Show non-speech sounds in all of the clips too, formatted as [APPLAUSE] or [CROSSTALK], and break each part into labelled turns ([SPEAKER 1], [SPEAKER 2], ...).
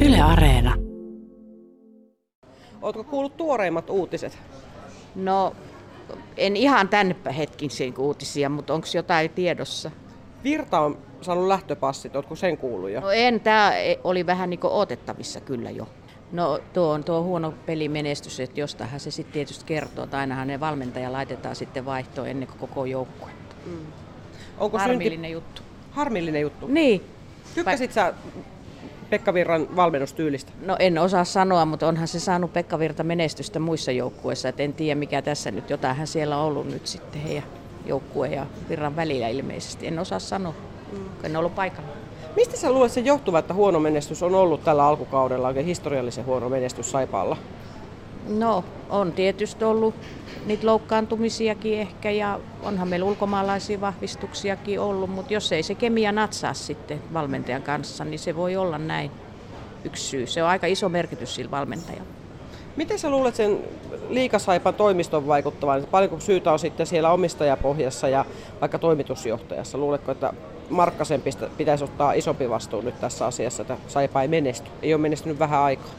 [SPEAKER 1] Yle Areena.
[SPEAKER 2] Oletko kuullut tuoreimmat uutiset?
[SPEAKER 3] No, en ihan tänne hetkin sen uutisia, mutta onko jotain tiedossa?
[SPEAKER 2] Virta on saanut lähtöpassit, oletko sen kuullut jo?
[SPEAKER 3] No en, tämä oli vähän niin otettavissa kyllä jo.
[SPEAKER 4] No tuo on tuo huono pelimenestys, että jostainhan se sitten tietysti kertoo, että ainahan ne valmentaja laitetaan sitten vaihtoon ennen kuin koko joukkue. Mm.
[SPEAKER 2] Onko
[SPEAKER 4] Harmillinen synti... juttu.
[SPEAKER 2] Harmillinen juttu.
[SPEAKER 4] Niin.
[SPEAKER 2] Tykkäsit sä Pekka Virran valmennustyylistä?
[SPEAKER 4] No en osaa sanoa, mutta onhan se saanut Pekka Virta menestystä muissa joukkueissa. Et en tiedä mikä tässä nyt, jotainhan siellä on ollut nyt sitten heidän joukkueen ja Virran välillä ilmeisesti. En osaa sanoa, mm. en ollut paikalla.
[SPEAKER 2] Mistä sä luulet sen johtuva, että huono menestys on ollut tällä alkukaudella, oikein historiallisen huono menestys Saipaalla?
[SPEAKER 4] No, on tietysti ollut niitä loukkaantumisiakin ehkä ja onhan meillä ulkomaalaisia vahvistuksiakin ollut, mutta jos ei se kemia natsaa sitten valmentajan kanssa, niin se voi olla näin yksi syy. Se on aika iso merkitys sillä valmentajalla.
[SPEAKER 2] Miten sä luulet sen liikasaipan toimiston vaikuttavan? Paljonko syytä on sitten siellä omistajapohjassa ja vaikka toimitusjohtajassa? Luuletko, että Markkasen pitäisi ottaa isompi vastuu nyt tässä asiassa, että saipa ei menesty? Ei ole menestynyt vähän aikaa.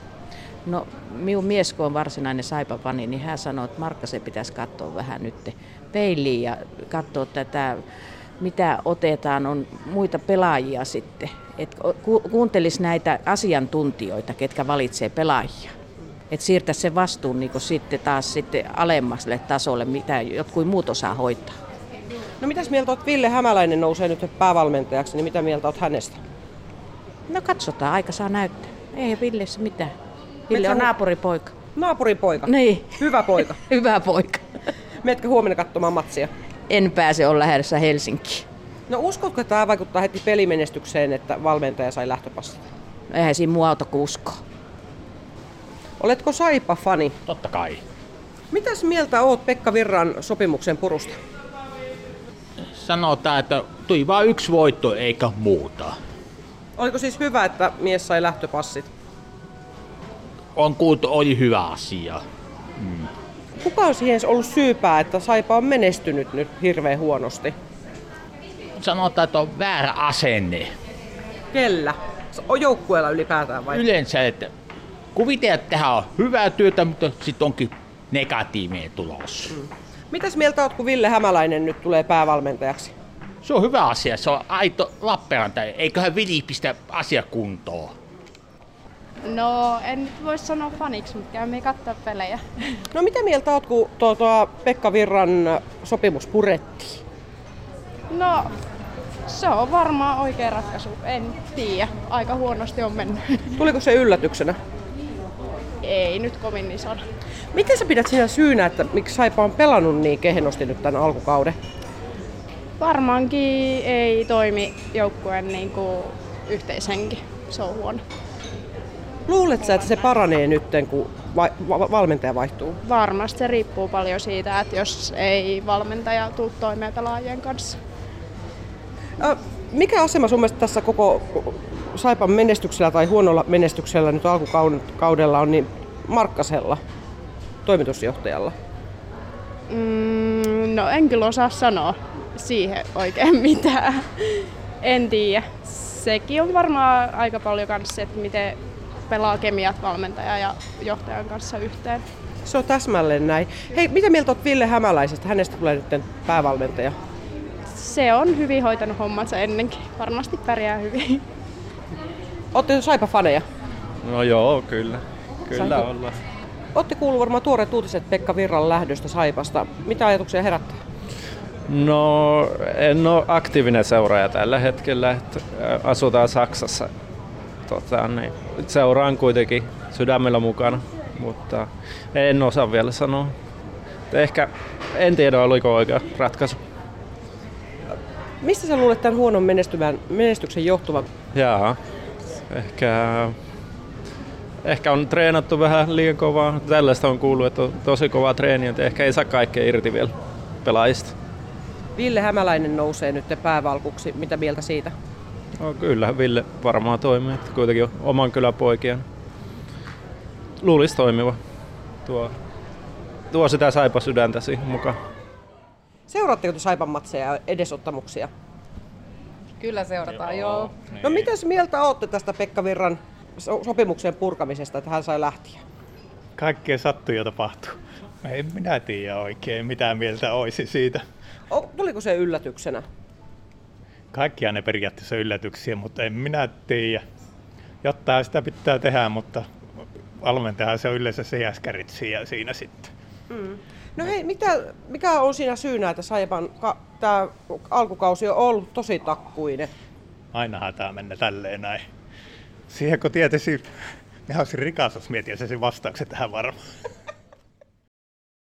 [SPEAKER 4] No, minun mies, kun on varsinainen saipapani, niin hän sanoi, että Markkasen pitäisi katsoa vähän nyt peiliin ja katsoa tätä, mitä otetaan, on muita pelaajia sitten. Et ku- kuuntelisi näitä asiantuntijoita, ketkä valitsee pelaajia. Että siirtää sen vastuun niin sitten taas sitten alemmalle tasolle, mitä jotkut muut osaa hoitaa.
[SPEAKER 2] No mitäs mieltä olet, Ville Hämäläinen nousee nyt päävalmentajaksi, niin mitä mieltä olet hänestä?
[SPEAKER 4] No katsotaan, aika saa näyttää. Ei Ville se mitään. Ville Metsä on naapuripoika.
[SPEAKER 2] Naapuripoika?
[SPEAKER 4] Niin.
[SPEAKER 2] Hyvä poika.
[SPEAKER 4] Hyvä poika.
[SPEAKER 2] Metkö huomenna katsomaan matsia?
[SPEAKER 4] En pääse, on lähdössä Helsinkiin.
[SPEAKER 2] No uskotko, että tämä vaikuttaa heti pelimenestykseen, että valmentaja sai lähtöpassin?
[SPEAKER 4] No eihän siinä muu auta kuin uskoa.
[SPEAKER 2] Oletko Saipa-fani?
[SPEAKER 5] Totta kai.
[SPEAKER 2] Mitäs mieltä oot Pekka Virran sopimuksen purusta?
[SPEAKER 5] Sanotaan, että tuli vain yksi voitto eikä muuta.
[SPEAKER 2] Oliko siis hyvä, että mies sai lähtöpassit?
[SPEAKER 5] on kuultu, oli hyvä asia. Mm.
[SPEAKER 2] Kuka on siihen ollut syypää, että Saipa on menestynyt nyt hirveän huonosti?
[SPEAKER 5] Sanotaan, että on väärä asenne.
[SPEAKER 2] Kellä? On joukkueella ylipäätään vai?
[SPEAKER 5] Yleensä, että kuvitella, että tähän on hyvää työtä, mutta sitten onkin negatiivinen tulos. Mm.
[SPEAKER 2] Mitäs mieltä oot, kun Ville Hämäläinen nyt tulee päävalmentajaksi?
[SPEAKER 5] Se on hyvä asia, se on aito Lappeenrantaja. Eiköhän Vili pistä asiakuntoon.
[SPEAKER 6] No, en nyt voi sanoa faniksi, mutta käymme katsoa pelejä.
[SPEAKER 2] No mitä mieltä oot, kun tuota Pekka Virran sopimus purettiin?
[SPEAKER 6] No, se on varmaan oikea ratkaisu. En tiedä. Aika huonosti on mennyt. [LAUGHS]
[SPEAKER 2] Tuliko se yllätyksenä?
[SPEAKER 6] Ei nyt kovin isona.
[SPEAKER 2] Miten sä pidät siinä syynä, että miksi Saipa on pelannut niin kehenosti nyt tämän alkukauden?
[SPEAKER 6] Varmaankin ei toimi joukkueen niin kuin yhteishenki. Se on huono.
[SPEAKER 2] Luulet sä, että se paranee nyt, kun va- va- valmentaja vaihtuu?
[SPEAKER 6] Varmasti se riippuu paljon siitä, että jos ei valmentaja tule toimeen pelaajien kanssa.
[SPEAKER 2] Äh, mikä asema sun mielestä tässä koko Saipan menestyksellä tai huonolla menestyksellä nyt alkukaudella on niin Markkasella, toimitusjohtajalla?
[SPEAKER 6] Mm, no en kyllä osaa sanoa siihen oikein [LAUGHS] mitään. en tiedä. Sekin on varmaan aika paljon kanssa, että miten pelaa kemiat valmentaja ja johtajan kanssa yhteen.
[SPEAKER 2] Se on täsmälleen näin. Hei, mitä mieltä olet Ville Hämäläisestä? Hänestä tulee nyt päävalmentaja.
[SPEAKER 6] Se on hyvin hoitanut hommansa ennenkin. Varmasti pärjää hyvin. [LAUGHS]
[SPEAKER 2] Olette Saipa-faneja?
[SPEAKER 7] No joo, kyllä. Kyllä Saipa. ollaan.
[SPEAKER 2] Olette kuullut varmaan tuoreet uutiset Pekka Virran lähdöstä Saipasta. Mitä ajatuksia herättää?
[SPEAKER 7] No, en ole aktiivinen seuraaja tällä hetkellä. Asutaan Saksassa tota, niin seuraan kuitenkin sydämellä mukana, mutta en osaa vielä sanoa. Ehkä en tiedä, oliko oikea ratkaisu.
[SPEAKER 2] Mistä sä luulet tämän huonon menestyvän, menestyksen johtuvan?
[SPEAKER 7] Jaa, ehkä, ehkä on treenattu vähän liian kovaa. Tällaista on kuullut, että on tosi kovaa treeniä, että ehkä ei saa kaikkea irti vielä pelaajista.
[SPEAKER 2] Ville Hämäläinen nousee nyt päävalkuksi. Mitä mieltä siitä?
[SPEAKER 7] No, kyllä, Ville varmaan toimii. Että kuitenkin on oman kyläpoikien. Luulisi toimiva. Tuo, tuo sitä saipa sydäntäsi mukaan.
[SPEAKER 2] Seuraatteko te Saipan matseja ja edesottamuksia?
[SPEAKER 8] Kyllä seurataan, joo. joo.
[SPEAKER 2] Niin. No mitäs mieltä olette tästä Pekka Virran so- sopimuksen purkamisesta, että hän sai lähtiä?
[SPEAKER 1] Kaikkea sattuu ja tapahtuu. En minä tiedä oikein, mitä mieltä olisi siitä.
[SPEAKER 2] O, tuliko se yllätyksenä?
[SPEAKER 1] Kaikkia ne periaatteessa yllätyksiä, mutta en minä tiedä. Jotain sitä pitää tehdä, mutta valmentajahan se on yleensä se jäskärit siinä, siinä sitten.
[SPEAKER 2] No hei, mitä, mikä on siinä syynä, että Saipan ka- tämä alkukausi on ollut tosi takkuinen?
[SPEAKER 1] Ainahan tämä mennä tälleen näin. Siihen kun tietäisi, minä olisin rikas, jos mietin sen vastauksen tähän varmaan.